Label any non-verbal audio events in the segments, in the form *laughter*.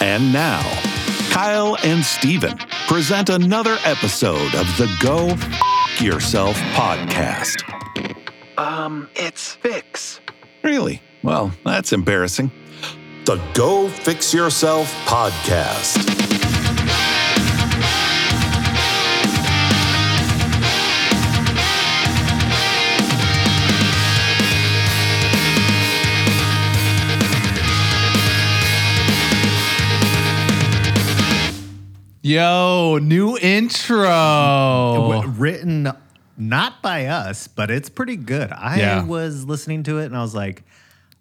And now, Kyle and Steven present another episode of the Go F- Yourself podcast. Um, it's Fix. Really? Well, that's embarrassing. The Go Fix Yourself podcast. Yo, new intro. W- written not by us, but it's pretty good. I Yeah. was listening to it and I was like,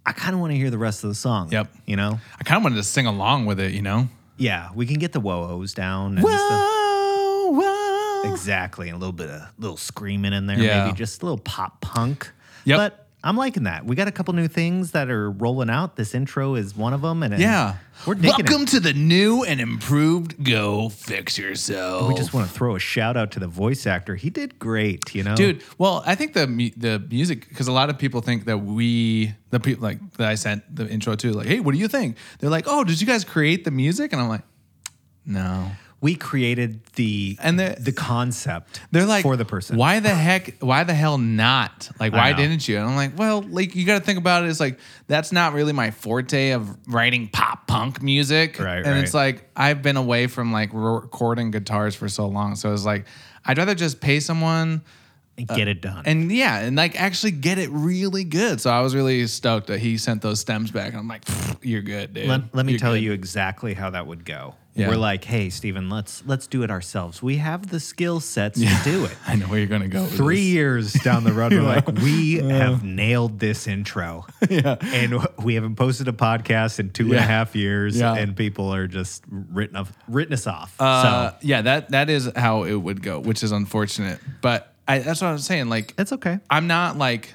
I kind of want to hear the rest of the song. Yep. You know? I kind of wanted to sing along with it, you know? Yeah, we can get the whoa-ohs down and stuff. Whoa, Oh, whoa. Exactly. A little bit of little screaming in there, Yeah. maybe just a little pop punk. Yep. But I'm liking that. We got a couple new things that are rolling out. This intro is one of them. And and Yeah. we're digging Welcome it. to the new and improved Go Fix Yourself. We just want to throw a shout out to the voice actor. He did great, you know? Dude, well, I think the mu- the music because a lot of people think that we the people like that I sent the intro to like, hey, what do you think? They're like, oh, did you guys create the music? And I'm like, no. we created the And the- the concept They're like for the person. Why the heck? Why the hell not? Like, why know. didn't you? And I'm like, well, like you got to think about it. It's like that's not really my forte of writing pop punk music. Right, And it's like I've been away from like re- recording guitars for so long, so it's like I'd rather just pay someone Uh, and get it done. and yeah, and like actually get it really good. So I was really stoked that he sent those stems back. And I'm like, "Pfft, you're good, dude. let, let me You're tell good." you exactly how that would go. Yeah. We're like, hey, Steven, let's let's do it ourselves. We have the skill sets to do it. *laughs* I know where you're gonna go. with *laughs* Three this. years down the *laughs* road, we're like, we have nailed this intro. *laughs* Yeah. And w- we haven't posted a podcast in two and a half Yeah. years, Yeah. and people are just written, of, written us off. Uh, so yeah, that that is how it would go, which is unfortunate. But I, that's what I'm saying. Like, it's okay. I'm not like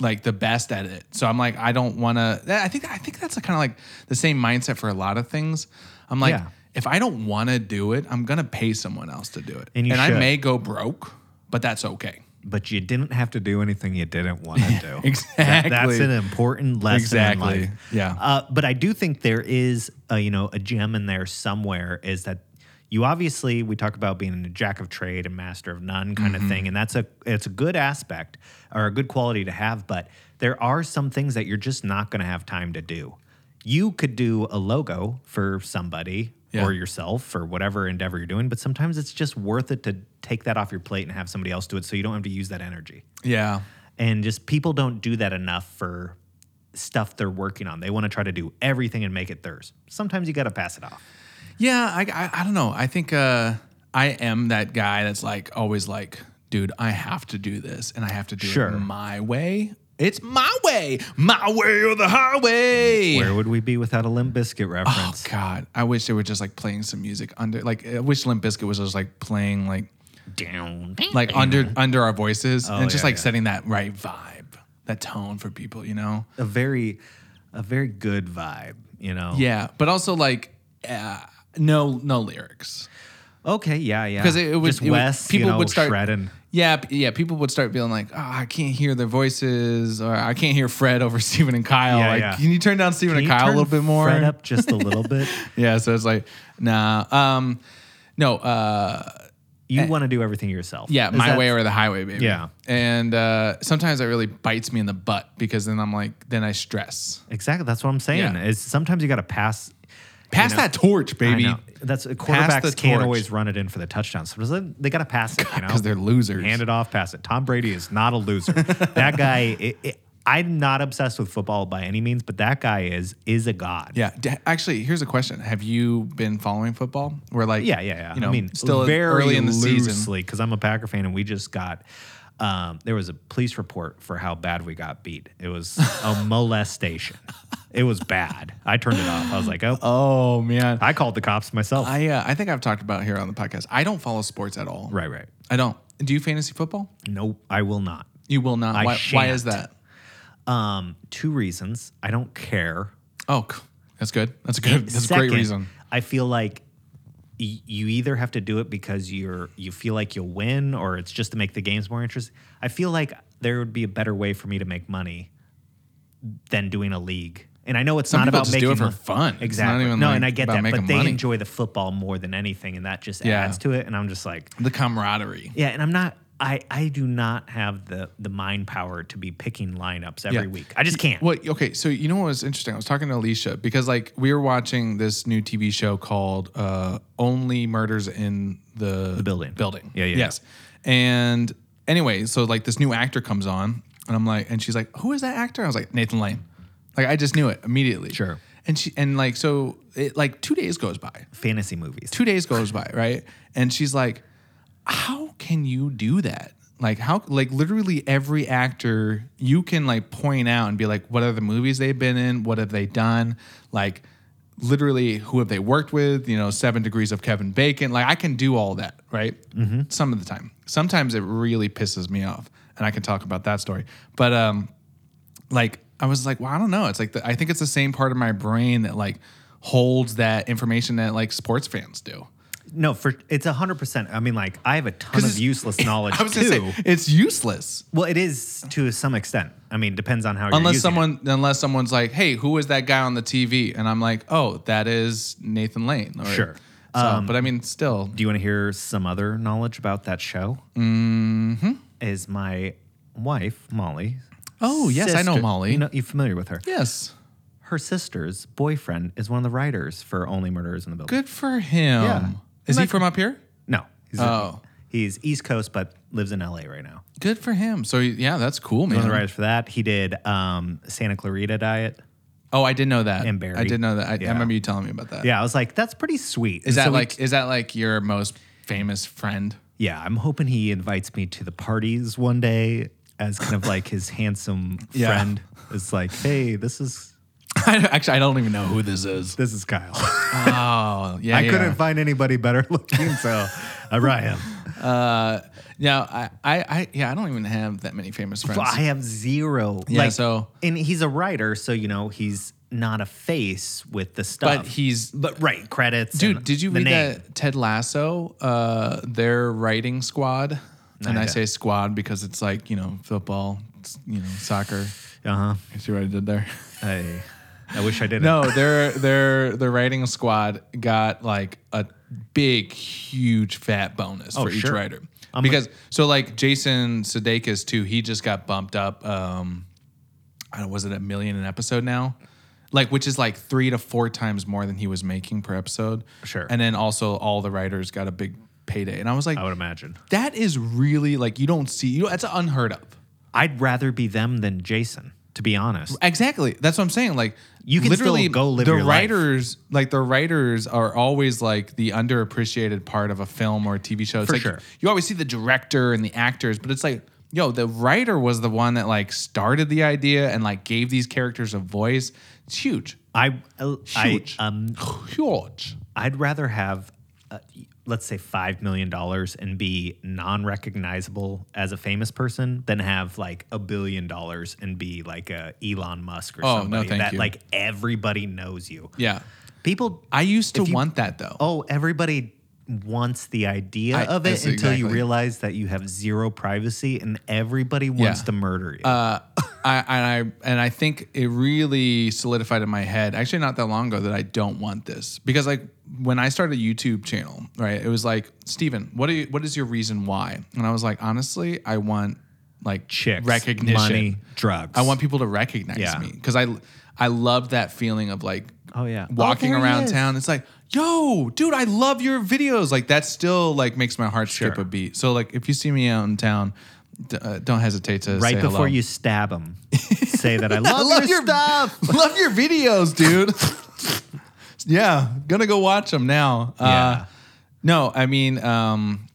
like the best at it, so I'm like I don't want to. I think I think that's kind of like the same mindset for a lot of things. I'm like, Yeah. if I don't want to do it, I'm gonna pay someone else to do it, And you I should. may go broke, but that's okay. But you didn't have to do anything you didn't want *laughs* to do. Exactly. That's an important lesson Exactly. in life. Yeah. Uh, but I do think there is, a, you know, a gem in there somewhere. Is that you? Obviously, we talk about being a jack of trade and master of none kind Mm-hmm. of thing, and that's a it's a good aspect or a good quality to have. But there are some things that you're just not going to have time to do. You could do a logo for somebody Yeah. or yourself or whatever endeavor you're doing, but sometimes it's just worth it to take that off your plate and have somebody else do it, so you don't have to use that energy Yeah. and just people don't do that enough for stuff they're working on. They want to try to do everything and make it theirs. Sometimes you got to pass it off. Yeah, I, I, I don't know. I think uh, I am that guy that's like always like, dude, I have to do this and I have to do Sure. it my way. It's my way, my way or the highway. Where would we be without a Limp Biscuit oh reference? God, I wish they were just like playing some music under. Like I wish Limp Bizkit was just like playing like Down. like under under our voices and just Oh, yeah, like yeah. setting that right vibe, that tone for people, you know. A very, a very good vibe. You know. Yeah, but also like uh, no no lyrics. Okay. Yeah. Yeah. 'Cause it- it would- just it would- Wes, people you know, would start- shredding. Yeah, p- yeah. People would start feeling like, oh, I can't hear their voices, or I can't hear Fred over *laughs* Stephen and Kyle. Yeah, like, yeah. can you turn down Stephen Can and you Kyle a turn little bit more? Fred up just a *laughs* little bit. Yeah. So it's like, nah. Um, no. Uh, You want to do everything yourself. yeah, Is my that- way or the highway, baby. Yeah. And uh, sometimes that really bites me in the butt because then I'm like, then I stress. Exactly. That's what I'm saying. Yeah. Is sometimes you got to pass Pass that torch, I baby, know. That's quarterbacks can't torch. always run it in for the touchdown. So they- they got to pass it, you know, because they're losers. hand it off, pass it. Tom Brady is not *laughs* a loser. that guy. It, it, I'm not obsessed with football by any means, but that guy is is a god. Yeah. D- actually, here's a question: Have you been following football? We're like, yeah, yeah. yeah. You know, I mean, still very early in the season. loosely because I'm a Packer fan, and we just got. Um, there was a police report for how bad we got beat. It was *laughs* a molestation. It was bad. I turned it off. I was like, oh, Oh man, I called the cops myself. I uh, I think I've talked about it here on the podcast. I don't follow sports at all. right, right. I don't. Do you fantasy football? Nope, I will not. You will not. I why, why is shan't. that? Um, two reasons. I don't care. Oh, c- that's good. That's a good. *laughs* That's a great Second, reason. I feel like y- you either have to do it because you're you feel like you'll win, or it's just to make the games more interesting. I feel like there would be a better way for me to make money than doing a league And I know it's Some not people about just making do it for fun. It's not Exactly. even, no, like, and I get about that, but making they money. enjoy the football more than anything, and that just Yeah. adds to it. And I'm just like, The camaraderie. yeah, and I'm not. I, I do not have the the mind power to be picking lineups every Yeah. week. I just can't. Well, okay. So you know what was interesting? I was talking to Alicia because like we were watching this new TV show called uh, "Only Murders in the, the Building. Building. Yeah, yeah. Yes. And anyway, so like this new actor comes on, and I'm like, and she's like, "Who is that actor?" I was like, Nathan Lane. Like I just knew it immediately. Sure. And she and like so it like two days goes by. Fantasy movies. two days goes by, right? And she's like, "How can you do that? Like how? Like literally every actor you can like point out and be like, what are the movies they've been in? What have they done? Like." Literally, who have they worked with? You know, Seven Degrees of Kevin Bacon. Like, I can do all that, right? Some of the time. Sometimes it really pisses me off, and I can talk about that story. But um, like I was like, well, I don't know. It's like the, I think it's the same part of my brain that like holds that information that like sports fans do. No, for it's hundred percent. I mean, like I have a ton of it's- *laughs* useless knowledge I was too. gonna say it's useless well, it is to some extent. I mean, depends on how you're unless using it. someone unless someone's like, hey, who is that guy on the TV? And I'm like, oh, that is Nathan Lane. Or- Sure. Um, So, but I mean, still, Do you want to hear some other knowledge about that show? Mm-hmm. Is my wife Molly? Oh, yes, I know sister- Molly. You know, you familiar with her? yes, Her sister's boyfriend is one of the writers for Only Murders in the Building. good for him. Yeah. Is he Like- from up here? No, he's Oh. he's East Coast, but lives in L.A. right now. Good for him. So yeah, that's cool, man. One of the writers for that. He did um, Santa Clarita Diet. Oh, I did know that. And Barry. I did know that. I, I Yeah. remember you telling me about that. Yeah, I was like, that's pretty sweet. Is And that so we- like is that like your most famous *laughs* friend? Yeah, I'm hoping he invites me to the parties one day as *laughs* kind of like his handsome Yeah. friend. It's like, hey, this is I don't- actually, I don't even know who this *laughs* is. this is Kyle. Oh, yeah. I yeah. couldn't find anybody better *laughs* looking, so uh, *laughs* I brought him. Yeah, I, I, I, yeah, I don't even have that many famous friends. But I have zero. Yeah, so- and he's a writer, so you know he's not a face with the stuff. but he's, but right credits. dude. and Did you the read name. that Ted Lasso? Uh, their writing squad, and I didn't. say squad because it's like you know football, it's, you know soccer. Uh huh. You see what I did there? I, I wish I didn't. No, their their their writing squad got like a big, huge, fat bonus for each Oh, sure. writer because so like Jason Sudeikis too, he just got bumped up. Um, I don't was it a million an episode now, like which is like three to four times more than he was making per episode. Sure. and then also all the writers got a big payday, and I was like, I would imagine. that is really like you don't see you that's unheard of. I'd rather be them than Jason, to be honest. Exactly. That's what I'm saying. Like You can literally still go live the your life. writers, like the writers, are always like the underappreciated part of a film or a TV show. It's For like sure. you always see the director and the actors, but it's like, yo, the writer was the one that like started the idea and like gave these characters a voice. It's huge, *sighs* I, uh, I Huge. um, huge. I'd rather have, uh, let's say, five million dollars and be non-recognizable as a famous person than have like a billion dollars and be like a Elon Musk or Oh, no, somebody thank that you. like everybody knows you. Yeah, People, I used to If you- want that though. oh, everybody wants the idea I- of it that's until you exactly- realize that you have zero privacy and everybody wants Yeah. Uh, to murder you. I and I and I think it really solidified in my head, actually not that long ago, that I don't want this. Because like when I started a YouTube channel, right, it was like, Steven, what are you, what is your reason why? And I was like, honestly, I want like Chicks, recognition. money, drugs. I want people to recognize Yeah. me. Because I I love that feeling of like Oh, yeah. Oh, walking there he around is. town. It's like, yo, dude, I love your videos. Like that still like makes my heart skip Sure. a beat. So like if you see me out in town, d- uh, don't hesitate to right say before hello. you *laughs* stab them, say that I love, love your, your- *laughs* stuff. Love your videos, dude. yeah, gonna go watch them now. Uh, Yeah. no, I mean, um,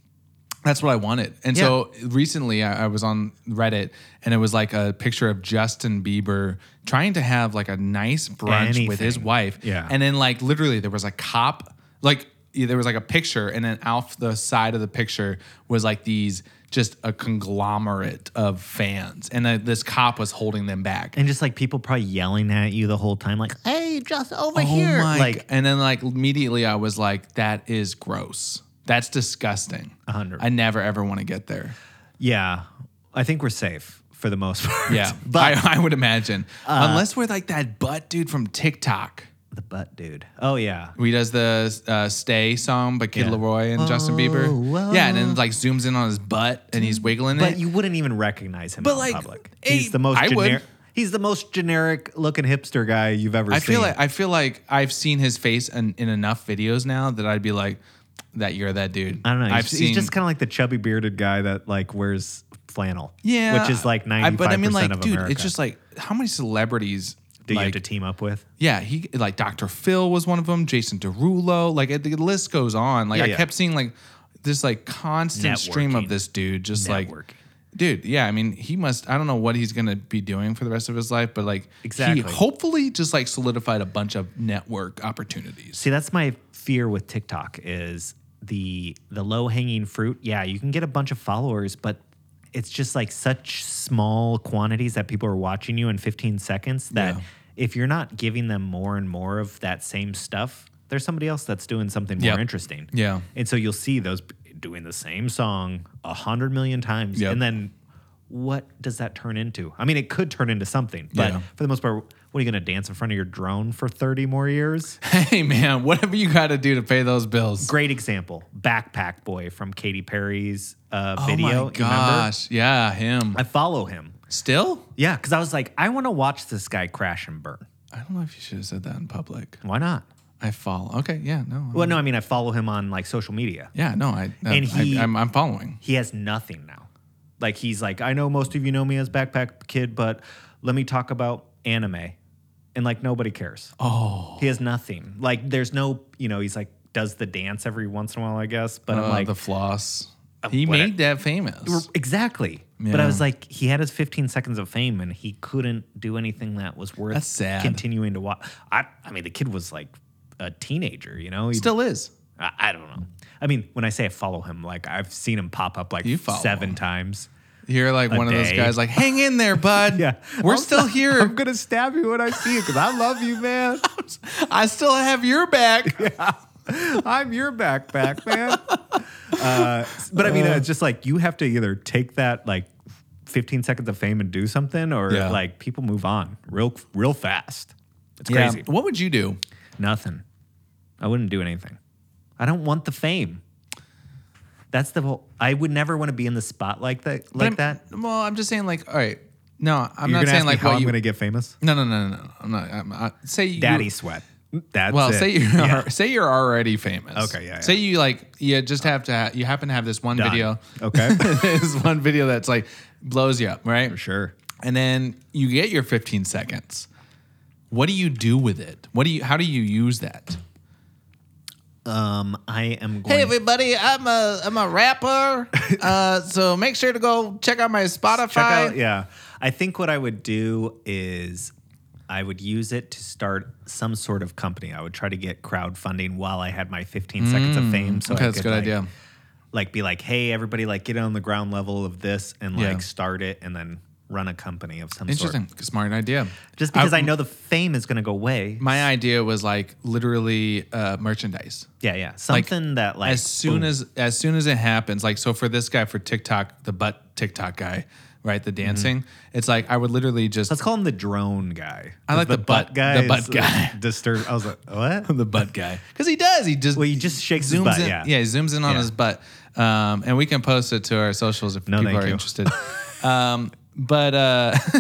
that's what I wanted. And so recently I, I was on Reddit and it was like a picture of Justin Bieber trying to have like a nice brunch with his Anything. wife. Yeah. And then like literally there was a cop, like yeah, there was like a picture and then off the side of the picture was like these just a conglomerate of fans and uh, this cop was holding them back And just like people probably yelling at you the whole time, like, hey, just over here. Oh my like, g- and then like immediately I was like, that is gross. That's disgusting. hundred. I never ever want to get there. yeah, I think we're safe for the most part. Yeah, but Uh, I, *laughs* I would imagine unless we're like that butt dude from TikTok. *laughs* the butt dude. Oh yeah, Where he does the uh, "Stay" song by Kid Yeah. Oh, Leroy and Justin Bieber. whoa. Yeah, and then like zooms in on his butt and he's wiggling but it. you wouldn't even recognize him. But, out in like, public. eh, he's the most I would. generic. He's the most generic looking hipster guy you've ever I seen. feel like I feel like I've seen his face in, in enough videos now that I'd be like, "That you're that dude." I don't know. He's, I've he's just kind of like the chubby bearded guy that like wears flannel. yeah, which is like I- ninety five percent like, of dude, America. it's just like how many celebrities do you like, have to team up with? Yeah, he like Dr. Phil was one of them. Jason Derulo, like it- the list goes on. Like Yeah, I yeah. kept seeing like this like constant stream Networking. of this dude, just like, Networking. dude, yeah. I mean, he must. I don't know what he's gonna be doing for the rest of his life, but like, Exactly. He hopefully, just like solidified a bunch of network opportunities. *laughs* See, that's my fear with TikTok is the the low hanging fruit. Yeah, you can get a bunch of followers, but it's just like such small quantities that people are watching you in 15 seconds that Yeah. if you're not giving them more and more of that same stuff, there's somebody else that's doing something more Yep. interesting. Yeah. And so you'll see those p- doing the same song a hundred million times. Yep. And then what does that turn into? I mean, it could turn into something, but Yeah. for the most part, what are you going to dance in front of your drone for 30 more years? Hey man, whatever you got to do to pay those bills. Great example Backpack Boy from Katy Perry's uh, video. oh my you remember? gosh, yeah, him. I follow him. Still, Yeah, because I was like, I want to watch this guy crash and burn. I don't know if you should have said that in public. Why not? I fall. Okay, yeah, no. Well, no, I mean, I follow him on like social media. yeah, no, I, And I- he- I'm, I'm following. he has nothing now. Like he's like, I know most of you know me as Backpack Kid, but let me talk about anime. And like nobody cares. Oh. He has nothing. Like there's no, you know, he's like does the dance every once in a while, I guess. But Uh, I'm like uh, the floss. He what- made that famous. Exactly. But I Yeah. was like, he had his 15 seconds of fame and he couldn't do anything that was worth That's sad. continuing to watch. I I mean, the kid was like a teenager, you know? He Still is. I, I don't know. I mean, when I say I follow him, like I've seen him pop up like You follow seven him. times. You're like one of day. those guys, like, hang in *laughs* there, bud. Yeah. We're *laughs* I'm still so- here. I'm gonna stab you when I see you because I love you, *laughs* man. I still have your *laughs* back. I'm your backpack, man. *laughs* Uh, but I mean, it's just like you have to either take that like 15 seconds of fame and do something, or Yeah. like people move on real, real fast. It's crazy. What would you do? Nothing. I wouldn't do anything. I don't want the fame. That's the whole. I would never want to be in the spotlight that I'm- like that. Well, I'm just saying, like, all right. No, I'm You're not gonna saying ask me like how what I'm you. gonna get famous. *laughs* no, no, no, no, no. I'm not. I'm, I, say you. Daddy sweat. That's Well, it. say you're *laughs* Yeah. say you're already famous. Okay, yeah, yeah. Say you like you just have to ha- you happen to have this one *laughs* Done. video. Okay. this one video that's like blows you up, right? for sure. and then you get your 15 seconds. What do you do with it? What do you? How do you use that? Um, I am going. everybody, I'm a I'm a *laughs* rapper, uh, so make sure to go check out my Spotify. check out. Yeah, I think what I would do is I would use it to start some sort of company. I would try to get crowdfunding while I had my 15 seconds of fame. So okay, I that's a could, good like, idea. Like be like, hey, everybody, like get on the ground level of this and like Yeah. start it, and then run a company of some sort. Interesting, smart idea. Just because I, know the fame is going to go away. my idea was like literally uh, merchandise. yeah, yeah, something that like as soon as as soon as it happens like so for this guy for tiktok the butt tiktok guy right the dancing it's like i would literally just let's call him the drone guy. I like the butt- guy. the butt is, uh, guy. Disturbed. I was like, what? *laughs* the butt guy because he does he just Well, he just shakes his zooms butt. in yeah, he zooms in on Yeah. his butt um, and we can post it to our socials if No, people thank are you. interested um, but uh, *laughs*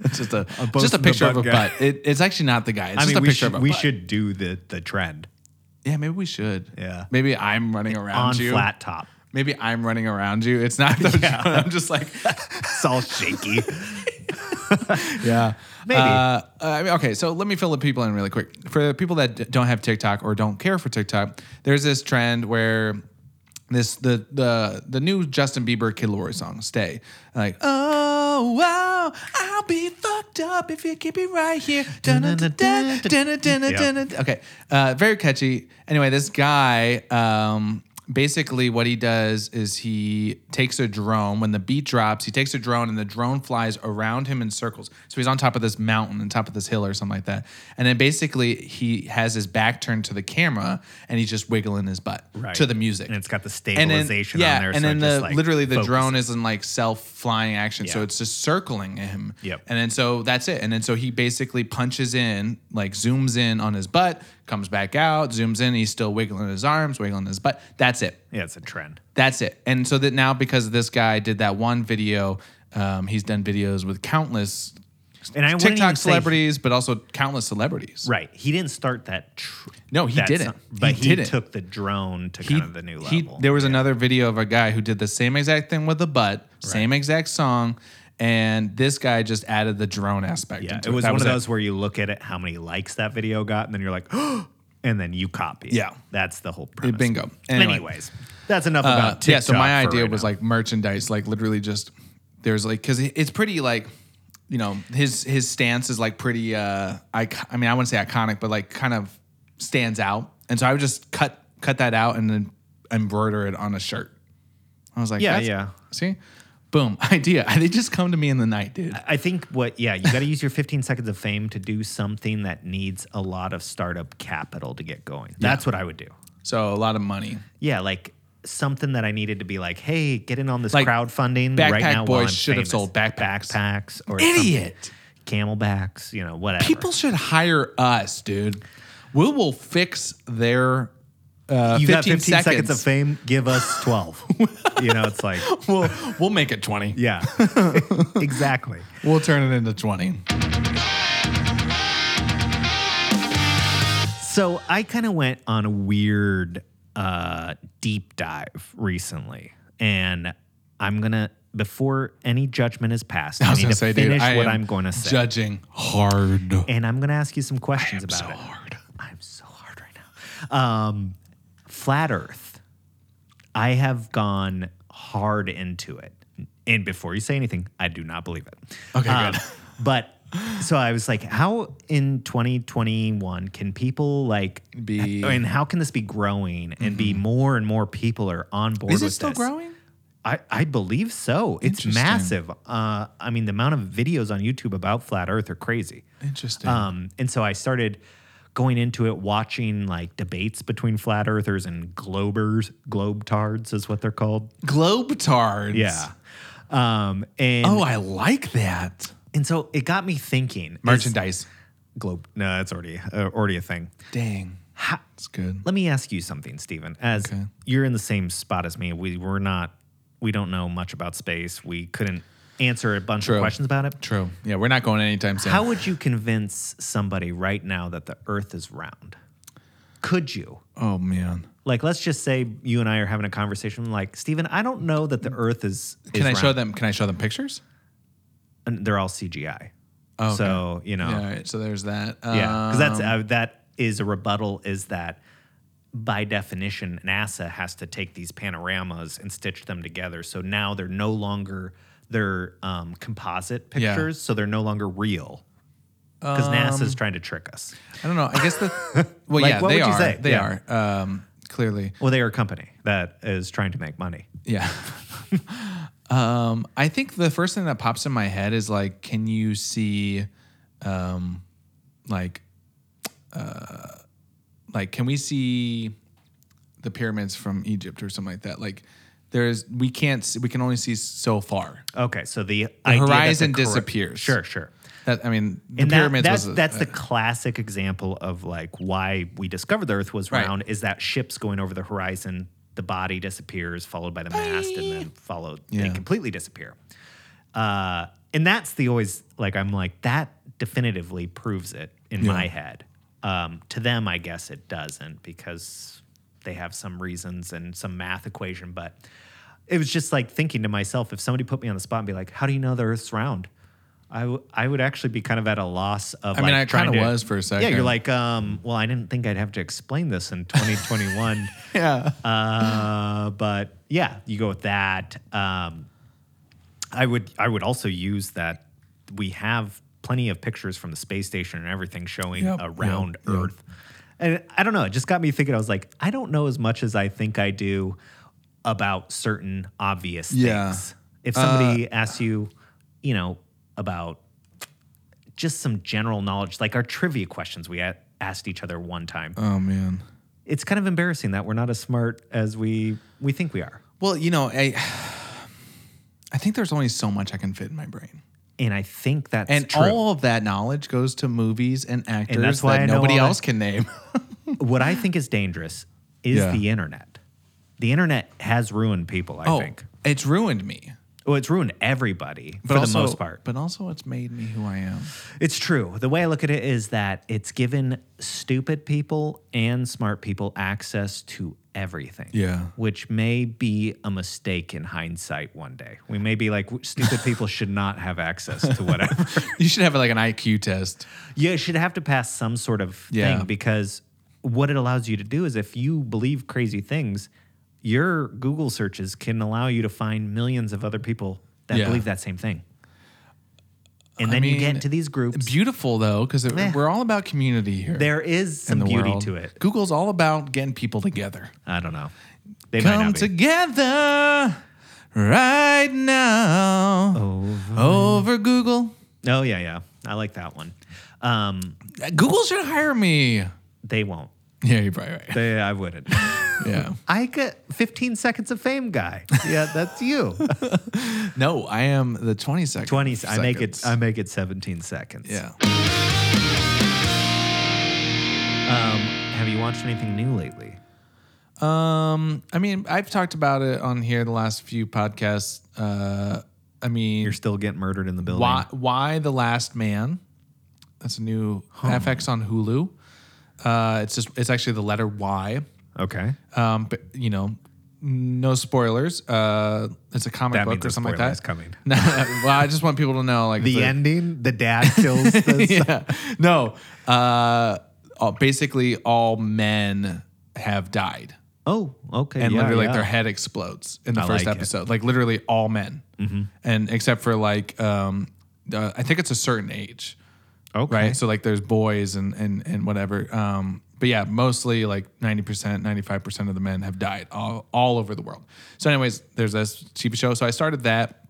it's just a post just a of the picture of a butt guy. butt it, it's actually not the guy it's I just mean, a we, picture should, of a we butt. should do the the trend yeah maybe we should Yeah. maybe i'm running around on you *laughs* flat top. maybe i'm running around you it's not the *laughs* *laughs* i'm just like It's all shaky. *laughs* yeah. *laughs* Maybe. Uh, I mean, okay, so let me fill the people in really quick. For people that d- don't have TikTok or don't care for TikTok, there's this trend where this the the the new Justin Bieber Kid Leroy song "Stay," like oh wow, I'll be fucked up if you keep me right here. Dun-dun-dun-dun, dun-dun-dun-dun-dun. Okay, uh, very catchy. Anyway, this guy um, basically what he does is he takes a drone when the beat drops he takes a drone and the drone flies around him in circles so he's on top of this mountain on top of this hill or something like that and then basically he has his back turned to the camera and he's just wiggling his butt Right. to the music And it's got the And then- stabilization yeah, on there. and so then it just, the, like, literally the focuses. drone is in like self flying action so Yeah. it's just circling him Yep. and then so that's it and then so he basically punches in like zooms in on his butt comes back out zooms in he's still wiggling his arms wiggling his butt that's it Yeah, it's a trend. that's it. And so that now because this guy did that one video, um, he's done videos with countless And I wouldn't even TikTok say- celebrities, but also countless celebrities. right. He didn't start that. Tr- No, he that didn't. song, He but he, didn't. took the drone to He- kind of the new he- level. there was another video of a guy who did the same exact thing with the butt, same exact song, and this guy just added the drone aspect. yeah, into it was That one of it. those where you look at it, how many likes that video got, and then you're like, *gasps* and then you copy. it. Yeah. that's the whole premise. bingo. Anyway. Anyways, that's enough Uh, about TikTok. yeah, so my for idea right was now. like merchandise, like literally just there's like because it's pretty like you know his his stance is like pretty uh I I mean I wouldn't say iconic but like kind of stands out, and so I would just cut cut that out and then embroider it on a shirt. I was like, Yeah, "That's- yeah. see, boom, *laughs* idea. They just come to me in the night, dude. I think what, yeah, you got to use your 15 seconds of fame to do something that needs a lot of startup capital to get going. That's what I would do. So a lot of money. Yeah, like something that I needed to be like, hey, get in on this Like, crowdfunding Backpack right now. while Boys I'm should have famous. sold backpacks. backpacks or Idiot. something. camelbacks, you know, whatever. People should hire us, dude. We will fix their *laughs* uh, 15, you got 15 seconds. seconds of fame. Give us *laughs* 12. you know, it's like, we'll, we'll make it 20. *laughs* yeah, exactly. We'll turn it into 20. So I kind of went on a weird uh, deep dive recently, and I'm gonna before any judgment is passed, I, I was need going to to say, dude, finish I what am I'm going to say, Judging hard. and I'm gonna ask you some questions about it. hard. I'm so hard right now. Um, flat Earth. I have gone hard into it, and before you say anything, I do not believe it. Um, Okay, good. *laughs* But so I was like, how in 2021 can people like Be- Mm-hmm. and how can this be growing and be more and more people are on board? Is it with still this? growing? I, I believe so. It's Interesting. massive. Uh, I mean, the amount of videos on YouTube about flat Earth are crazy. Interesting. Um, and so I started going into it, watching like debates between flat earthers and globers, globetards is what they're called. Globetards. Um, and Oh, I like that. and so it got me thinking. is- Merchandise. globe. No, that's already uh, already a thing. Dang. That's good. Let me ask you something, Stephen. As Okay. you're in the same spot as me, we were not. We don't know much about space. We couldn't answer a bunch True. of questions about it. True. Yeah, we're not going anytime soon. How would you convince somebody right now that the Earth is round? Could you? oh, man. Like, let's just say you and I are having a conversation. Like, Steven, I don't know that the Earth is. is Mm. Can I show round." them? Can I show them pictures? And they're all CGI. Oh, So you know, All yeah, right. So there's that. because that's Um, uh, that is a rebuttal. Is that by definition, NASA has to take these panoramas and stitch them together. So now they're no longer they're um, composite Yeah. Um, pictures, so they're no longer real. Because NASA's trying to trick us. I don't know. I *laughs* guess the. Well, Like, yeah, what they would you are. say? They Yeah. are. Um, clearly. Well, they are a company that is trying to make money. Yeah. *laughs* um, I think the first thing that pops in my head is like, can you see, um, like, uh, like can we see the pyramids from Egypt or something like that? Like, there's we can't see, we can only see so far. Okay, so the, horizon correct- disappears. Sure, sure. That I mean, the and that- pyramids that's, was a- uh, that's the classic example of like why we discovered the earth was Right. round is that ships going over the horizon the body disappears followed by the mast and then followed they Yeah. completely disappear uh, and that's the always like i'm like that definitively proves it in my head um, to them i guess it doesn't because they have some reasons and some math equation but it was just like thinking to myself if somebody put me on the spot and be like how do you know the earth's round I, w- I would actually be kind of at a loss of. I mean, like, I trying kinda to- was for a Yeah, second. you're like, um, well, I didn't think I'd have to explain this *laughs* in 2021, yeah. uh, but yeah, you go with that. Um, I would I would also use that we have plenty of pictures from the space station and everything showing Yep, a round yep, yep. Earth. And I don't know. It just got me thinking. I was like, I don't know as much as I think I do about certain obvious Yeah. things. If somebody asks you, you know, about just some general knowledge, like our trivia questions we a- asked each other one time, Oh man. it's kind of embarrassing that we're not as smart as we we think we are. Well, you know, I I think there's only so much I can fit in my brain. And I think that's And true. all of that knowledge goes to movies and actors that's why that I know nobody all that. else can name. *laughs* what I think is dangerous is Yeah. the internet. The internet has ruined people, I oh, think. it's ruined me. Well, it's ruined everybody But for also, the most part. But also, it's made me who I am. It's true. The way I look at it is that it's given stupid people and smart people access to everything. Yeah. Which may be a mistake in hindsight one day. We may be like, stupid people should not have access *laughs* to whatever. You should have like an IQ test. you should have to pass some sort of Yeah. thing because what it allows you to do is if you believe crazy things, your Google searches can allow you to find millions of other people that Yeah. believe that same thing. And then you mean, get into these groups. Beautiful though, because Yeah. we're all about community here. there is in some the beauty world. to it. Google's all about getting people together. I don't know. They might Come not be. together right now over, Google. oh yeah, yeah. I like that one. Um, Google should hire me. they won't. Yeah, you're probably *laughs* right. They, *laughs* I wouldn't. Yeah. I get 15 seconds of fame guy. Yeah, *laughs* that's you. No, I am the 20 seconds. 20 I make it I make it 17 seconds. Yeah. Um, have you watched anything new lately? Um, I mean, I've talked about it on here the last few podcasts. Uh, I mean, You're still getting murdered in the building. why why the last man that's a new fx on hulu uh it's just it's actually the letter y Okay. um but you know no spoilers uh it's a comic That means book or a something like spoiler is that coming. no, *laughs* well i just want people to know like The it's a- ending, the dad *laughs* kills the yeah *laughs* no uh all- basically all men have died Oh, okay. and yeah, literally yeah. like their head explodes in the I first like it. Mm-hmm. episode. Like literally all men, and except for like um, uh, I think it's a certain age, Okay. right? So like there's boys and and and whatever. Um, but yeah, mostly like ninety percent, ninety five percent of the men have died all all over the world. So anyways, there's this TV show. So I started that.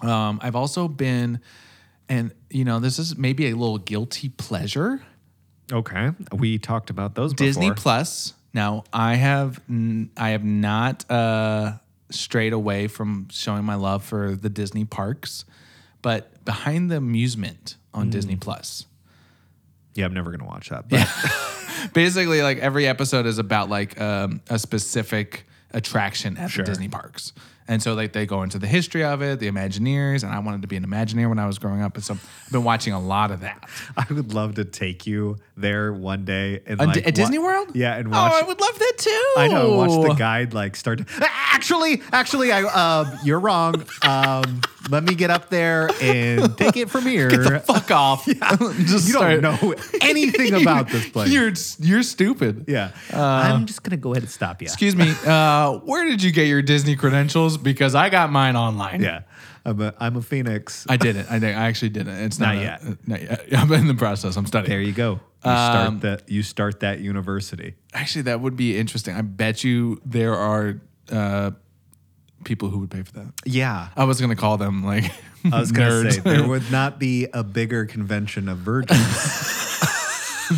Um, I've also been, and you know, this is maybe a little guilty pleasure. Okay. We talked about those Disney before. Plus. Now I have n- I have not uh, strayed away from showing my love for the Disney parks, but behind the amusement Mm. on Disney Plus. Yeah, I'm never gonna watch that. But Basically, like every episode is about like um, a specific attraction at the Disney parks, and so like they go into the history of it, the Imagineers, and I wanted to be an Imagineer when I was growing up, and so I've been watching a lot of that. *laughs* I would love to take you there one day and Uh, like, D- at wa- Disney World, Yeah, and oh, I watch. would love that too. I know. *laughs* Watch the guide like start. To, actually, actually, I um, you're wrong. Um, let me get up there and take *laughs* it from here. Fuck *laughs* off. *laughs* Just you start- don't know anything about this place. *laughs* You're you're stupid. Yeah. I'm just going to go ahead and stop you. Uh, Excuse me. Uh, where did you get your Disney credentials? Because I got mine online. yeah. I'm a, I'm a phoenix. I didn't. I, didn't. I actually didn't. It's not, a- Not uh, yet. Not yet. *laughs* I'm in the process. I'm studying. there you go. You Um, start that you start that university. Actually, that would be interesting. I bet you there are uh, people who would pay for that. Yeah. I was gonna call them like *laughs* I was going to nerds. say there would not be a bigger convention of *laughs* virgins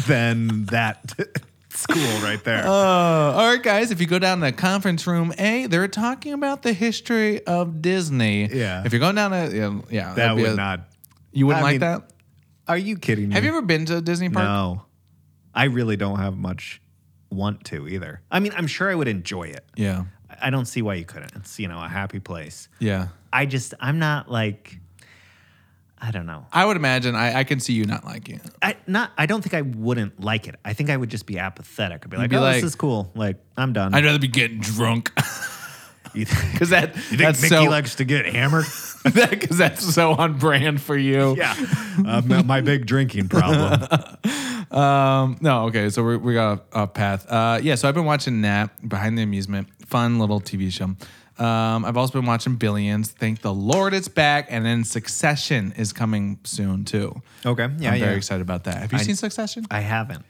than that *laughs* school right there. Uh, *laughs* all right, guys. If you go down to conference room A, they're talking about the history of Disney. Yeah. If you're going down to yeah, yeah that that'd be would a- not. You wouldn't I like mean, that. Are you kidding me? Have you ever been to a Disney park? No. I really don't have much want to either. I mean, I'm sure I would enjoy it. Yeah. I- I don't see why you couldn't. It's, you know, a happy place. Yeah. I just I'm not like I don't know. I would imagine I, I can see you not liking it. I not I don't think I wouldn't like it. I think I would just be apathetic. I'd be like, be oh, like- this is cool. Like I'm done. I'd rather be getting *laughs* drunk *laughs* *laughs* you *laughs* think, because that you think that's Mickey so *laughs* likes to get hammered? because that's so on brand for you. yeah, um, my big drinking *laughs* problem. Um, no, okay, so we we got off, off path. Uh, yeah, so I've been watching that behind the amusement, fun little TV show. Um, I've also been watching Billions. Thank the Lord it's back, and then Succession is coming soon too. okay, yeah, I'm yeah. very excited about that. Have you seen Succession? I haven't.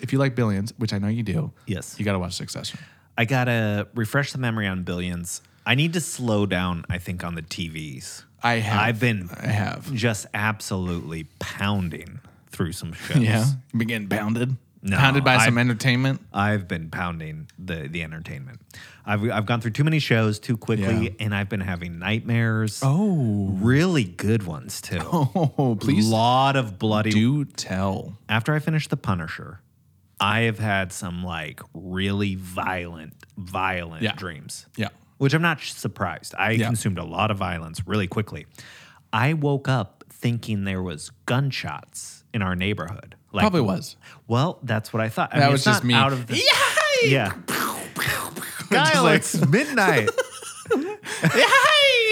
if you like Billions, which I know you do, Yes. you got to watch Succession. I gotta refresh the memory on billions. I need to slow down. I think on the TVs. I have. I've been. I have. just absolutely pounding through some shows. Yeah, you been getting pounded, No, pounded by I- some entertainment. *laughs* I've been pounding the the entertainment. I've I've gone through too many shows too quickly, Yeah. and I've been having nightmares. Oh, really good *laughs* ones too. oh, please lot of bloody. do tell. After I finished The Punisher, I have had some like really violent, violent Yeah. dreams. Yeah. which I'm not sh- surprised. I Yeah. consumed a lot of violence really quickly. I woke up thinking there was gunshots in our neighborhood. Like, Probably was. *laughs* Well, that's what I thought. I That mean, was it's just not me. Out of the, yeah. *laughs* Kyle, like- it's *laughs* midnight. yeah.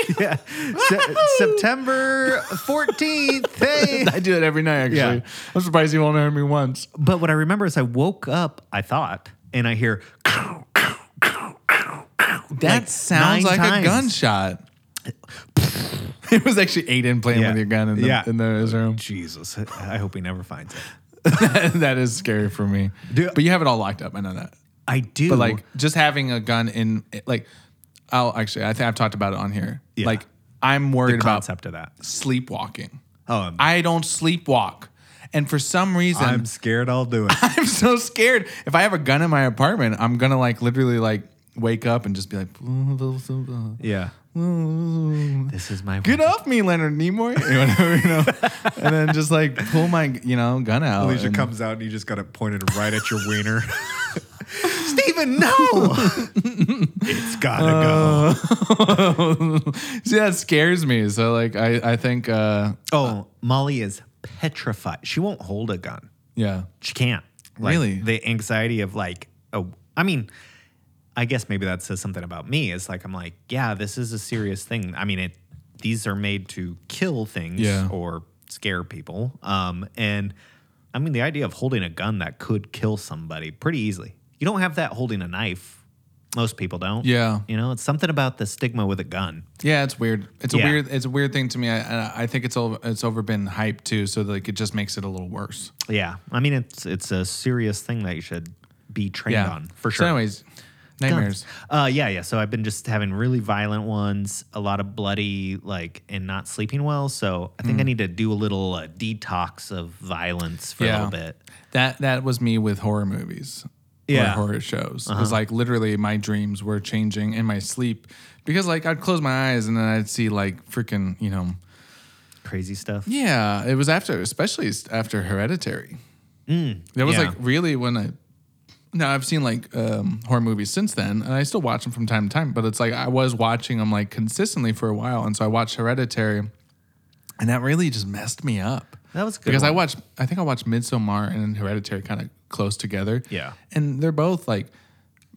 Se- September *laughs* 14th. Hey. I do it every night. Actually, Yeah. I'm surprised you won't heard me once. But what I remember is I woke up, I thought, and I hear That sounds like nine times. a gunshot. *laughs* it was actually Aiden playing Yeah. with your gun in the, Yeah. in the his *laughs* room. *laughs* Jesus. I hope he never finds it. that is scary for me. Do- but you have it all locked up. I know that. I do. But like just having a gun in like, I'll actually I think I've talked about it on here. Yeah. Like I'm worried about concept of that. sleepwalking. Oh, I'm- I don't sleepwalk, and for some reason I'm scared I'll do it. *laughs* I'm so scared. If I have a gun in my apartment, I'm gonna like literally like wake up and just be like, yeah. This is my get off me, Leonard Nimoy, *laughs* you know, you know? and then just like pull my you know gun out. Alicia and- comes out and you just got it pointed right at your wiener. *laughs* Steven, no! *laughs* Uh, it's gotta go. *laughs* See, that scares me. So like I I think uh Oh, Molly is petrified. She won't hold a gun. yeah She can't. Like, Really? The anxiety of like, oh, I mean, I guess maybe that says something about me. It's like I'm like, yeah, this is a serious thing. I mean, it. These are made to kill things Yeah. or scare people. Um, and I mean, the idea of holding a gun that could kill somebody pretty easily. You don't have that holding a knife. Most people don't. Yeah. You know, it's something about the stigma with a gun. yeah it's weird. It's a Yeah. weird it's a weird thing to me. I I- I think it's over it's over been hyped too. So like it just makes it a little worse. Yeah. I mean, it's it's a serious thing that you should be trained Yeah, on for So sure. anyways, nightmares. Uh, yeah, yeah. So I've been just having really violent ones, a lot of bloody, like, and not sleeping well. So I think Mm. I need to do a little uh, detox of violence for a Yeah. little bit. That that was me with horror movies. Yeah. Uh-huh. Or horror shows. It was like literally my dreams were changing in my sleep because like I'd close my eyes and then I'd see like freaking, you know. Crazy stuff. Yeah, it was after especially after Hereditary. that was Mm, yeah. like really when I now I've seen like um, horror movies since then, and I still watch them from time to time. But it's like I was watching them like consistently for a while, and so I watched Hereditary, and that really just messed me up. That was a good. because I one. watched, I think I watched Midsommar and Hereditary kind of close together. Yeah. and they're both like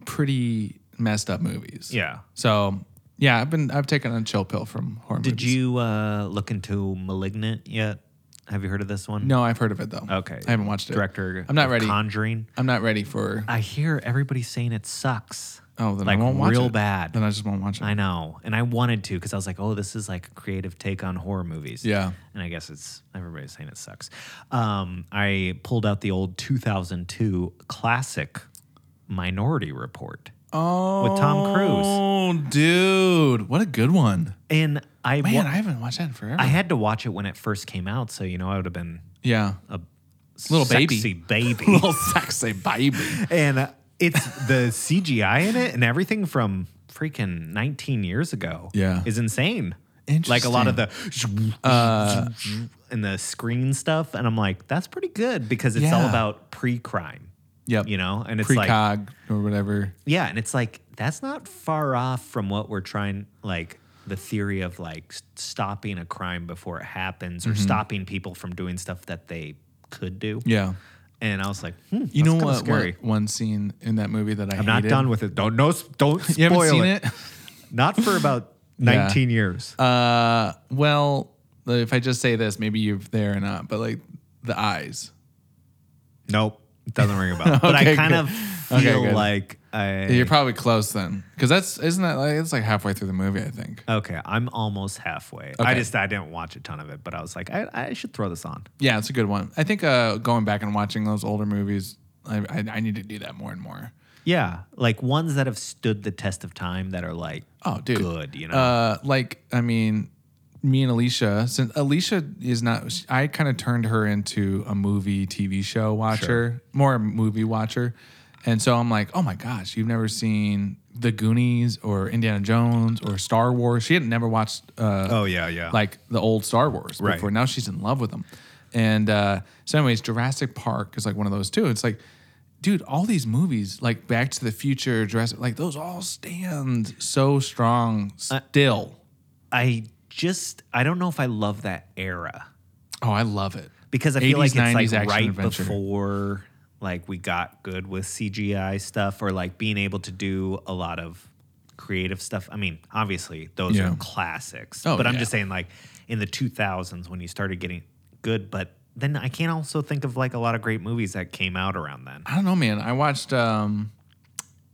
pretty messed up movies. Yeah. So yeah, I've been I've taken a chill pill from horror. Did you uh, look into Malignant yet? Have you heard of this one? No, I've heard of it though. Okay. I haven't watched it. Director. I'm not of ready. Conjuring. I'm not ready for. I hear everybody saying it sucks. Oh, then like I won't watch real it. bad. Then I just won't watch it. I know. And I wanted to because I was like, oh, this is like a creative take on horror movies. Yeah. And I guess it's everybody's saying it sucks. Um, I pulled out the old 2002 classic Minority Report oh, with Tom Cruise. Oh, dude, what a good one. And I, wa- Man, I haven't watched that in forever. I had to watch it when it first came out. So, you know, I would have been yeah, a Little baby. sexy baby. *laughs* little sexy baby. *laughs* and uh, it's the CGI in it and everything from freaking 19 years ago. Yeah. is insane. Like a lot of the Uh, and the screen stuff, and I'm like, that's pretty good because it's all Yeah. about pre-crime, Yep. you know, and it's like, precog or whatever. yeah, and it's like that's not far off from what we're trying, like the theory of like s- stopping a crime before it happens or stopping people from doing stuff that they could do. Mm-hmm. Yeah. And I was like, hmm, You that's know kinda what, Scary. what? One scene in that movie that I I'm not done with it. Don't no, don't spoil *laughs* You haven't seen it. it? Not for *laughs* about 19 years. Uh, well, if I just say this, maybe you're there or not. But like the eyes. nope, doesn't ring *laughs* a bell. But I Okay, kind good. of feel Okay, good. like I. You're probably close then, because that's isn't that like it's like halfway through the movie, I think. Okay, I'm almost halfway. I Okay. just I didn't watch a ton of it, but I was like, I, I should throw this on. Yeah, it's a good one. I think uh, going back and watching those older movies I, I, I need to do that more and more. Yeah, like ones that have stood the test of time that are like Oh, dude. good, you know. Uh, like I mean, me and Alicia. Since Alicia is not, I kind of turned her into a movie, TV show watcher, more a movie watcher, and so I'm like, oh my gosh, you've never seen The Goonies or Indiana Jones or Star Wars. She had never watched. Uh, oh yeah, yeah. like the old Star Wars Right. before. Now she's in love with them. And uh, so, anyways, Jurassic Park is like one of those too. It's like, dude, all these movies, like Back to the Future, Jurassic, like those all stand so strong still. I just I don't know if I love that era oh, I love it. because I feel like 80s, it's like 90s action right adventure. before like we got good with CGI stuff or like being able to do a lot of creative stuff. I mean, obviously those Yeah. are classics, Oh, but I'm yeah. just saying like in the 2000s when you started getting good, but then I can't also think of like a lot of great movies that came out around then. I don't know, man. I watched um,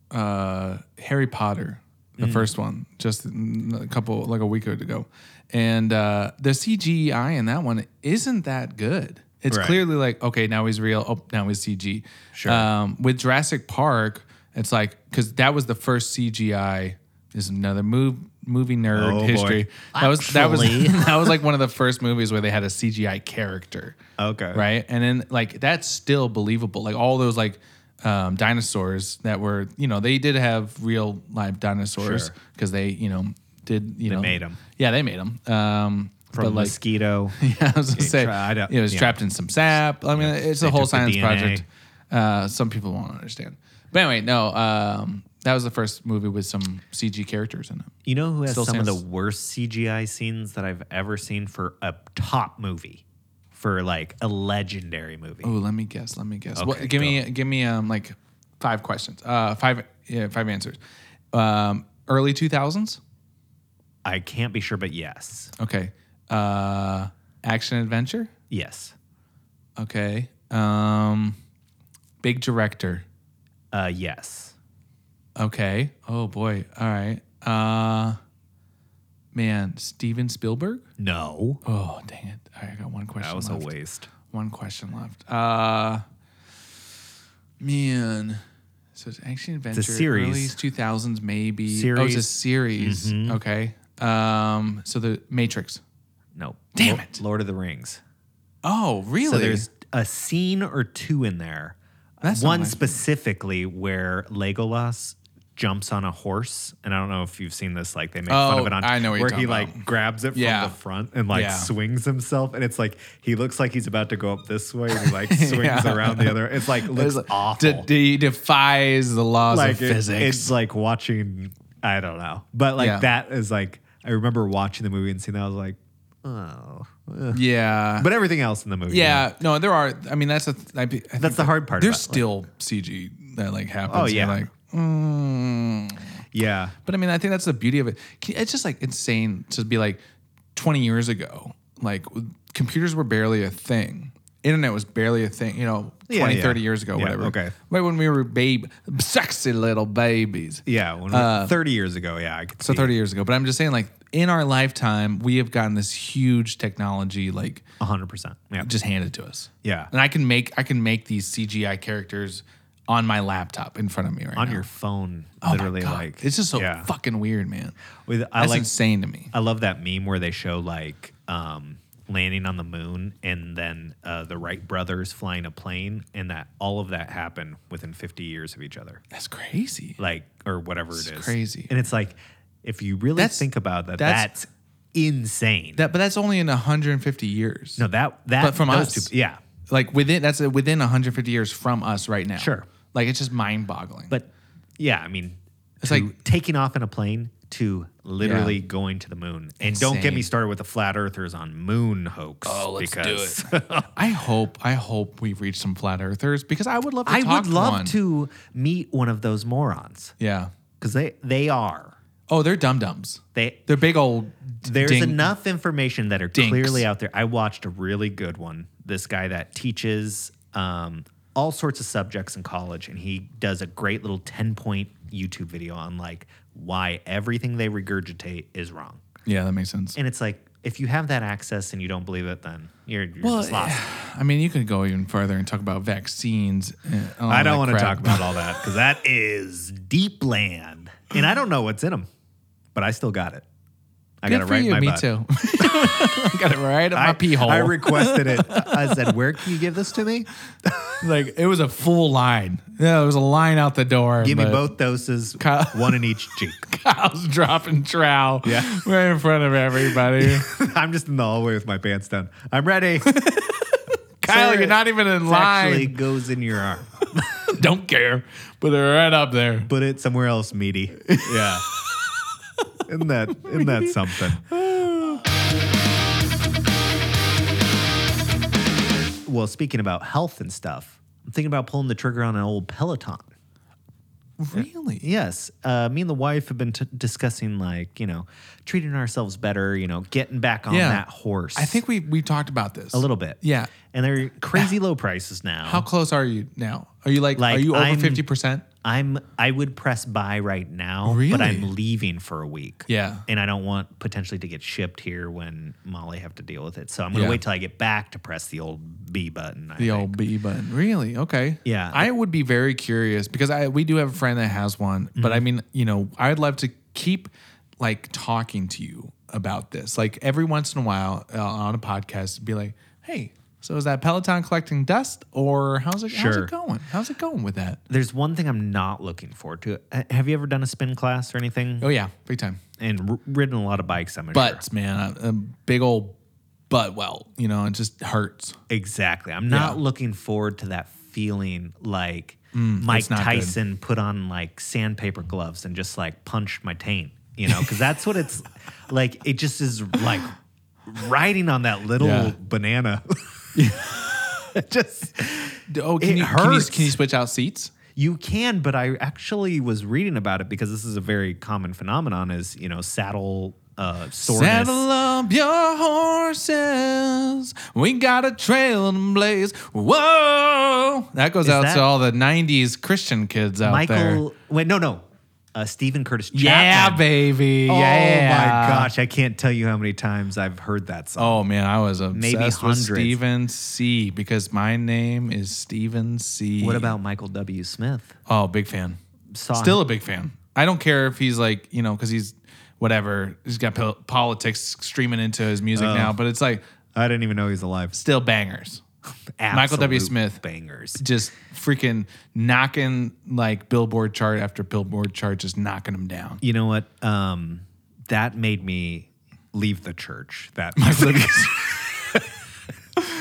uh, Harry Potter, the Mm. first one, just a couple like a week ago, and uh, the CGI in that one isn't that good. It's Right. clearly like okay, now he's real. Oh, now he's CG. Sure. Um, with Jurassic Park, it's like because that was the first CGI. This is another move movie nerd Oh, boy. history. That was that was *laughs* Actually. that was like one of the first movies where they had a CGI *laughs* character. Okay. Right. And then like that's still believable. Like all those like um, dinosaurs that were, you know, they did have real live dinosaurs Sure. because they, you know, did you know made 'em. Yeah, they made them. Um, From but like mosquito. yeah, *laughs* I was gonna say try- I don't- it was yeah. trapped in some sap. I mean, it's a They whole took the science DNA. project. Uh, some people won't understand. But anyway, no. Um, that was the first movie with some CG characters in it. You know who has Still some of stands. the worst CGI scenes that I've ever seen for a top movie, for like a legendary movie. Oh, let me guess. Let me guess. what, Okay, give go. me give me um like five questions. Uh, five yeah, five answers. Um, early two thousands. I can't be sure, but yes, Okay. Uh, action adventure. yes, Okay. Um, big director. uh, yes. Okay. Oh boy. All right. Uh, man, Steven Spielberg. No, Oh dang it! All right, I got one question. that was a left. waste. One question left. Uh, man. So it's action adventure. series. Two thousands maybe. Oh, it's a Series. Mm-hmm. series. Okay. Um. So the Matrix. No, Damn Lo- it. Lord of the Rings. Oh, really? So there's a scene or two in there. That's not one my- specifically where Legolas jumps on a horse, and I don't know if you've seen this. Like they make fun Oh, of it on I know what you're where he talking like about. grabs it from Yeah. the front and like Yeah. swings himself, and it's like he looks like he's about to go up this way, and *laughs* he like swings around the other. It's like looks It's like- awful. De- de- defies the laws like of it- physics. it's like watching. I don't know, but like Yeah. that is like I remember watching the movie and seeing that I was like, oh, yeah. but everything else in the movie, Yeah, no, there are. I mean, that's a. Th- I, be- I think That's the hard part There's about it, like- still CG that like happens. Oh, and you're yeah. like, mm. yeah, but I mean, I think that's the beauty of it. Can- It's just like insane to be like, 20 years ago, like w- computers were barely a thing. Internet was barely a thing. You know, 20, Yeah, yeah. 30 years ago, Yeah, whatever. okay. Right when we were babe, sexy little babies. Yeah, when we- 30 years ago. Yeah, I could Uh, So see. 30 years ago, but I'm just saying, like in our lifetime, we have gotten this huge technology, like 100%. Yeah. just handed to us. Yeah. And I can make I can make these CGI characters on my laptop in front of me right on now. your phone, Oh my literally God. like it's just so yeah. fucking weird, man. With, I That's like insane to me. I love that meme where they show like um landing on the moon and then uh, the Wright brothers flying a plane and that all of that happened within 50 years of each other. That's crazy. Like or whatever it is. crazy. And it's like if you really That's- think about that that's- that's, insane. That but that's only in 150 years. no, that that But from those us. two, yeah. Like within that's uh, within 150 years from us right now. Sure. Like it's just mind-boggling. But yeah, I mean, It's it's like- like taking off in a plane to literally Yeah. going to the moon. And don't get me Insane. started with the flat earthers on moon hoax. Oh, let's do *laughs* I hope I hope we reach some flat earthers because I would love to I talk would love one. to meet one of those morons Yeah. because they they are Oh, they're dum-dums. they. They're big old There's ding- enough information that are Dinks. clearly out there. I watched a really good one. This guy that teaches um, all sorts of subjects in college, and he does a great little ten point YouTube video on like why everything they regurgitate is wrong. Yeah, that makes sense. And it's like, if you have that access and you don't believe it, then you're, you're Well, just lost. *sighs* I mean, you could go even further and talk about vaccines. uh, and all I that don't want to Oh, crap. talk about all that because that is deep land, and I don't know what's in them, but I still got it. I Good got it for right you. in my Me butt. too. *laughs* I got it right up I, my pee hole. I *laughs* requested it. I said, "Where can you give this to me? like it was a full line. Yeah, it was a line out the door. Give me but both doses, Kyle- one in each cheek." *laughs* Kyle's dropping trow. Yeah. right in front of *laughs* everybody. I'm just in the hallway with my pants down. I'm *laughs* ready. Kyle, Sir, you're not even in It line. actually goes in your arm. don't care. But they're right up there. Put it somewhere *laughs* else, meaty. Yeah. Isn't that isn't *sighs* that something? well, speaking about health and stuff, I'm thinking about pulling the trigger on an old Peloton. Really? Yes, uh, me and the wife have been t- discussing like you know treating ourselves better, you know, getting back on Yeah. that horse. I think we we talked about this a little bit. Yeah. and *laughs* they're crazy low prices now. How close are you now? Are you like, Like, are you over I'm- fifty percent? I'm I would press buy right now, but Really? I'm leaving for a week. Yeah. And I don't want potentially to get shipped here when Molly have to deal with it. So I'm gonna Yeah. wait till I get back to press the old B button. I The think. old B button. Really? Okay. Yeah. I would be very curious because I we do have a friend that has one, but I Mm-hmm. mean, you know, I'd love to keep like talking to you about this. Like every once in a while uh, on a podcast, be like, hey, so is that Peloton collecting dust or how's it how's Sure. it going? How's it going with that? There's one thing I'm not looking forward to. H- Have you ever done a spin class or anything? Oh yeah, big time. And r- ridden a lot of bikes, I'm sure. Butts, man, a, a big old butt welt. You know, it just hurts. Exactly. I'm not Yeah. looking forward to that feeling like Mike it's not good. Tyson put on like sandpaper gloves and just like punched my taint, you know, because that's what it's *laughs* like. It just is like riding on that little Yeah. *laughs* banana. *laughs* It just D- Oh, can It you, can you hurts. can you switch out seats? you can, but I actually was reading about it because this is a very common phenomenon. Is you know saddle uh, soreness. Saddle up your horses. We got a trail to blaze. Whoa! That goes Is out that- to all the '90s Christian kids out there. Michael, wait, no, no, uh, Stephen Curtis. Yeah, Chapman. baby. Oh yeah. my gosh, I can't tell you how many times I've heard that song. Oh man, I was obsessed with hundreds. Stephen C. because my name is Stephen C. What about Michael W. Smith? Oh, big fan. Saw Still a big fan. I don't care if he's like, you know, because he's whatever. He's got po- politics streaming into his music Oh. now, but it's like I didn't even know he was alive. still bangers. Michael W. Smith. bangers. Just freaking knocking like billboard chart after billboard chart, just knocking them *laughs* down. You know what? Um, that made me leave the church. *laughs*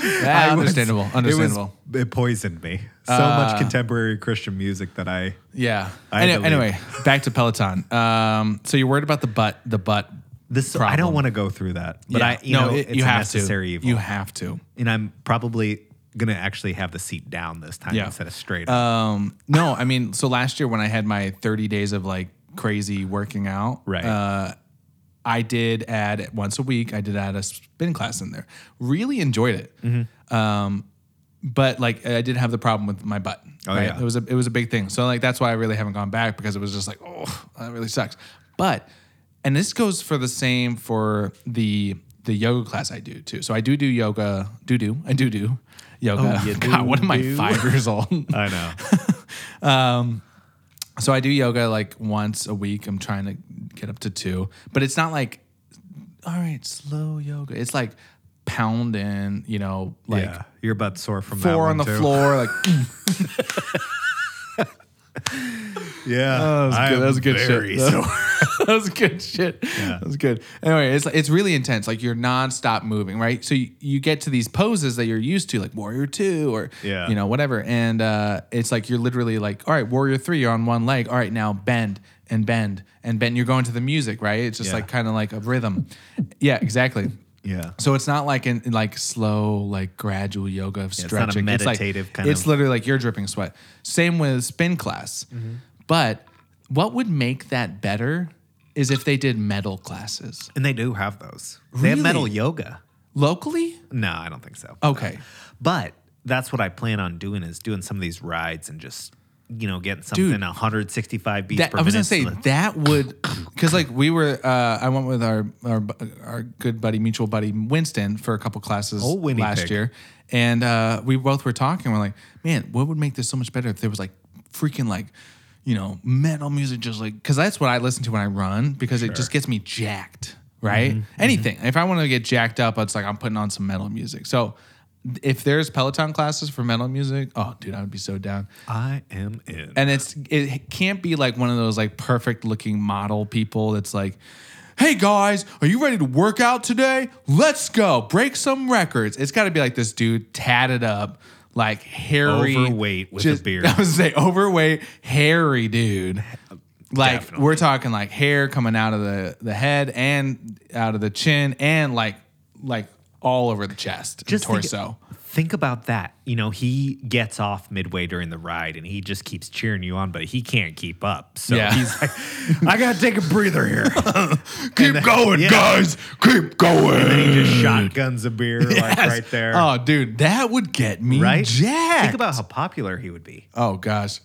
That Yeah, I was- understandable. understandable. Uh, It, was, it poisoned me. So much contemporary Christian music that I yeah. I Any- believe- anyway, back to Peloton. Um, so you're worried about the butt, the butt. this I don't Problem. want to go through that. But Yeah. I you know it- it's a necessary to. evil. You have to. and I'm probably gonna actually have the seat down this time Yeah. instead of straight. Um, no, I mean, so last year when I had my 30 days of like crazy working out, right. uh, I did add once a week. I did add a spin class in there. Really enjoyed it. Mm-hmm. Um, but like I did have the problem with my butt. Oh, yeah. It was a it was a big thing. So like that's why I really haven't gone back because it was just like oh that really sucks. But and this goes for the same for the the yoga class I do too. So I do do yoga do do I do do yoga. Oh, you *laughs* God, what am I do-do. five years *laughs* old? I know. So I do yoga like once a week. I'm trying to get up to two, but it's not like, all right, slow yoga. It's like pound in, you know, like yeah. Your butt's sore from that four one on the too. floor. Like *laughs* Yeah, that was I good. That am was good very shit. *laughs* sore. that was good shit. That was good. Anyway, it's it's really intense. Like you're nonstop moving, right? So you, you get to these poses that you're used to, like Warrior Two or Yeah. you know whatever, and uh, it's like you're literally like, all right, Warrior Three, you're on one leg. All right, now bend and bend and bend. You're going to the music, right? It's just Yeah. like kind of like a rhythm. yeah, exactly. Yeah. So it's not like in in, like slow, like gradual yoga of not a stretching. It's like- meditative kind It's of- literally like you're dripping sweat. Same with spin class, Mm-hmm. but what would make that better is if they did metal classes And they do have those. They have Really? metal yoga. locally. No, I don't think so. Okay, But that's what I plan on doing is doing some of these rides and just you know, getting something Dude. 165 beats That, per I was gonna minute. say so that- that would because like we were uh, I went with our, our bu- our good buddy mutual buddy Winston for a couple classes Oh, Winnie last Pig. year, and uh, we both were talking. We're like, man, what would make this so much better if there was like freaking like you know metal music just like because that's what I listen to when I run because it just gets me jacked. Right? Anything. If I want to get jacked up, it's like I'm putting on some metal music. So if there's Peloton classes for metal music, oh dude, I would be so down I am in. and it's it can't be like one of those like perfect looking model people that's like hey guys are you ready to work out today let's go break some records it's got to be like this dude tatted up like hairy Overweight with a *laughs* beard. i was gonna say overweight hairy dude like Definitely. we're talking like hair coming out of the the head and out of the chin and like like all over the chest Just and think- torso Think about that. You know, he gets off midway during the ride and he just keeps cheering you on, but he can't keep up. So Yeah. he's like, I got to take a breather *laughs* here. *laughs* keep going Oh, guys keep going and he just shotguns a *laughs* beer like right there. Oh, dude, that would get me right? jacked. Think about how popular he would be. oh gosh,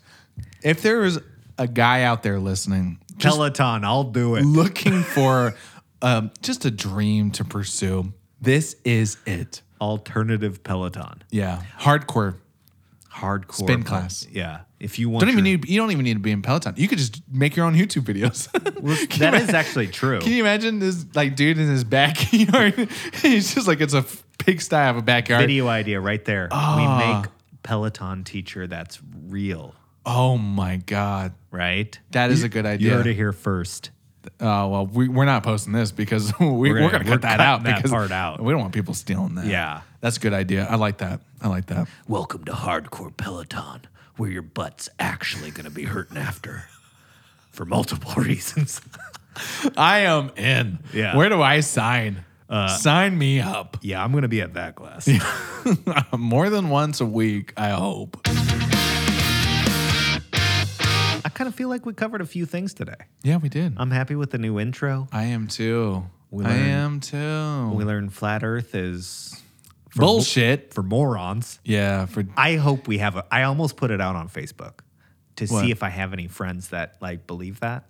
if there is a guy out there listening, just Peloton, I'll do it. *laughs* looking for um, just a dream to pursue, this is it. Alternative Peloton. Yeah, hardcore. Hardcore. Spin Pel- class. Yeah. If you want Don't even *laughs* your- need. You don't even need to be in Peloton. You could just make your own YouTube videos. *laughs* Can you That ima- is actually true. Can you imagine this like dude in his backyard? *laughs* He's just like it's a f- pigsty of a backyard. Video idea right there. We Ah. make Peloton teacher that's real, Oh my god, right? that is a good idea. You heard it here first. Oh well, we, we're not posting this because *laughs* we, we're, gonna- gonna, cut we're that cutting out. that because part out. We don't want people stealing that. Yeah. that's a good idea. I like that. I like that. Welcome to Hardcore Peloton, where your butt's actually going to be hurting after. For multiple *laughs* reasons. I am in. Yeah. Where do I sign? sign me up. yeah, I'm going to be at that class. More than once a week, I hope. I kind of feel like we covered a few things today. Yeah, we did. I'm happy with the new intro. I am too. I learned- am too. We learned flat earth is for mo- Bullshit. for morons. yeah, for I hope we have a. I almost put it out on Facebook to What? see if I have any friends that like believe that.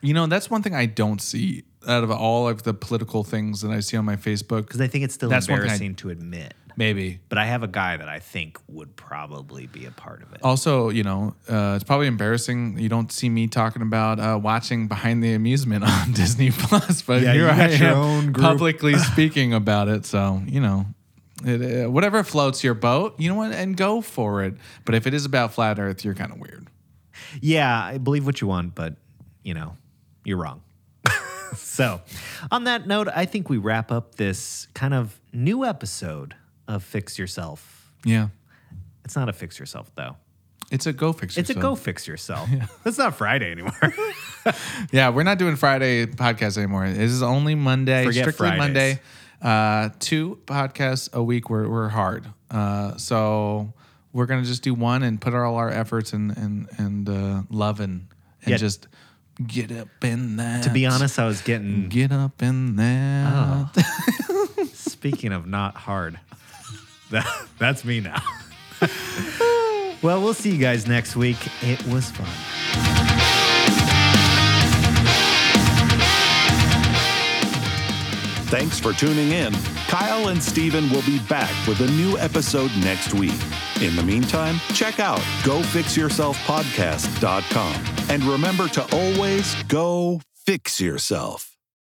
you know that's one thing I don't see out of all of the political things that I see on my Facebook. Because I think it's still That's one thing I- embarrassing to admit. Maybe But I have a guy that I think would probably be a part of it. Also, you know, uh, it's probably embarrassing. You don't see me talking about uh, watching Behind the Amusement *laughs* on Disney Plus, but Yeah, here you I got your am own group. *laughs* publicly speaking about it. So, you know, it, uh, whatever floats your boat, you know what, and go for it. But if it is about flat Earth, you're kind of weird. Yeah, I believe what you want, but you know, you're wrong. *laughs* so, on that note, I think we wrap up this kind of new episode of Fix Yourself. Yeah, It's not a fix yourself though. it's a go fix. It's a go yourself. fix *laughs* yourself. It's not Friday anymore. Yeah, we're not doing Friday podcast anymore. This is only Monday, Forget strictly Fridays. Monday. Uh, two podcasts a week. We're, we're hard, uh, so we're gonna just do one and put all our efforts and and and uh, loving and Yeah. just get up in that. to *laughs* be honest, Oh. I was getting get up in that. Speaking of not hard, *laughs* that, that's me now. *laughs* well, we'll see you guys next week. It was fun. Thanks for tuning in. Kyle and Steven will be back with a new episode next week. In the meantime, check out gofixyourselfpodcast.com and remember to always go fix yourself.